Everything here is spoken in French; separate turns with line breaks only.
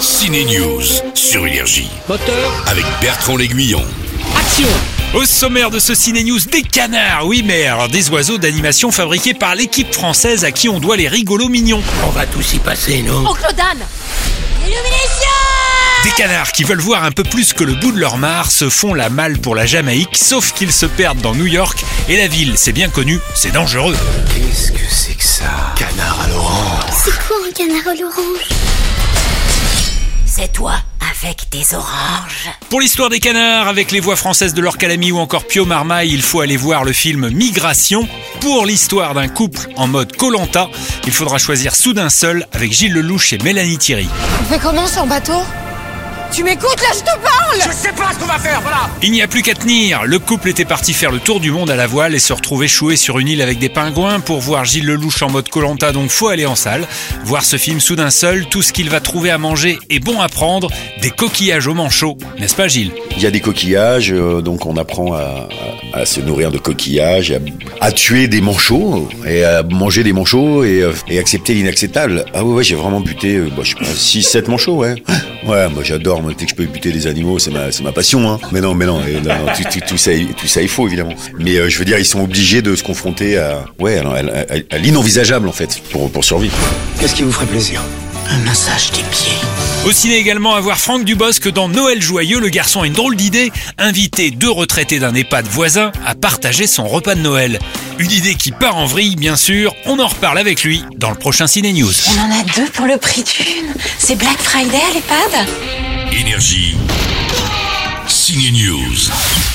Ciné News sur Énergie
Moteur,
avec Bertrand L'Aiguillon.
action
Au sommaire de ce Ciné News, des canards, oui mais alors des oiseaux d'animation fabriqués par l'équipe française à qui on doit les rigolos mignons.
On va tous y passer, non
Oncle Dan Illumination
Des canards qui veulent voir un peu plus que le bout de leur mare se font la malle pour la Jamaïque, sauf qu'ils se perdent dans New York et la ville, c'est bien connu, c'est dangereux.
Qu'est-ce que c'est que ça Canard à l'orange.
C'est quoi un canard à l'orange
C'est toi avec des oranges.
Pour l'histoire des canards, avec les voix françaises de Laure Calamy ou encore Pio Marmaille, il faut aller voir le film Migration. Pour l'histoire d'un couple en mode Colanta, il faudra choisir Soudain Seul avec Gilles Lelouch et Mélanie Thierry.
On fait comment sur le bateau Tu m'écoutes là, je te parle
Il n'y a plus qu'à tenir. Le couple était parti faire le tour du monde à la voile et se retrouve échoué sur une île avec des pingouins pour voir Gilles Lelouch en mode Colanta. Donc faut aller en salle, voir ce film soudain seul, tout ce qu'il va trouver à manger est bon à prendre, des coquillages au manchot, n'est-ce pas Gilles
Il y a des coquillages, euh, donc on apprend à, à- à se nourrir de coquillages, à, à tuer des manchots et à manger des manchots et, euh, et accepter l'inacceptable. Ah ouais, ouais j'ai vraiment buté, euh, bah, je sais pas, 6, 7 manchots, ouais. Ouais, moi j'adore, moi, dès que je peux buter des animaux, c'est ma, c'est ma passion. Hein. Mais non, mais non, euh, non, non, tout, tout- tout ça, est- tout ça est faux, évidemment. Mais euh, je veux dire, ils sont obligés de se confronter à, ouais, à, à- à- à l'inenvisageable, en fait, pour, pour survivre.
Qu'est-ce qui vous ferait plaisir Un massage des pieds.
Au ciné également à voir Franck Dubosc dans Noël joyeux, le garçon a une drôle d'idée, inviter deux retraités d'un EHPAD voisin à partager son repas de Noël. Une idée qui part en vrille, bien sûr, on en reparle avec lui dans le prochain Ciné News.
On en a deux pour le prix d'une. C'est Black Friday à l'EHPAD
Énergie. Ciné News.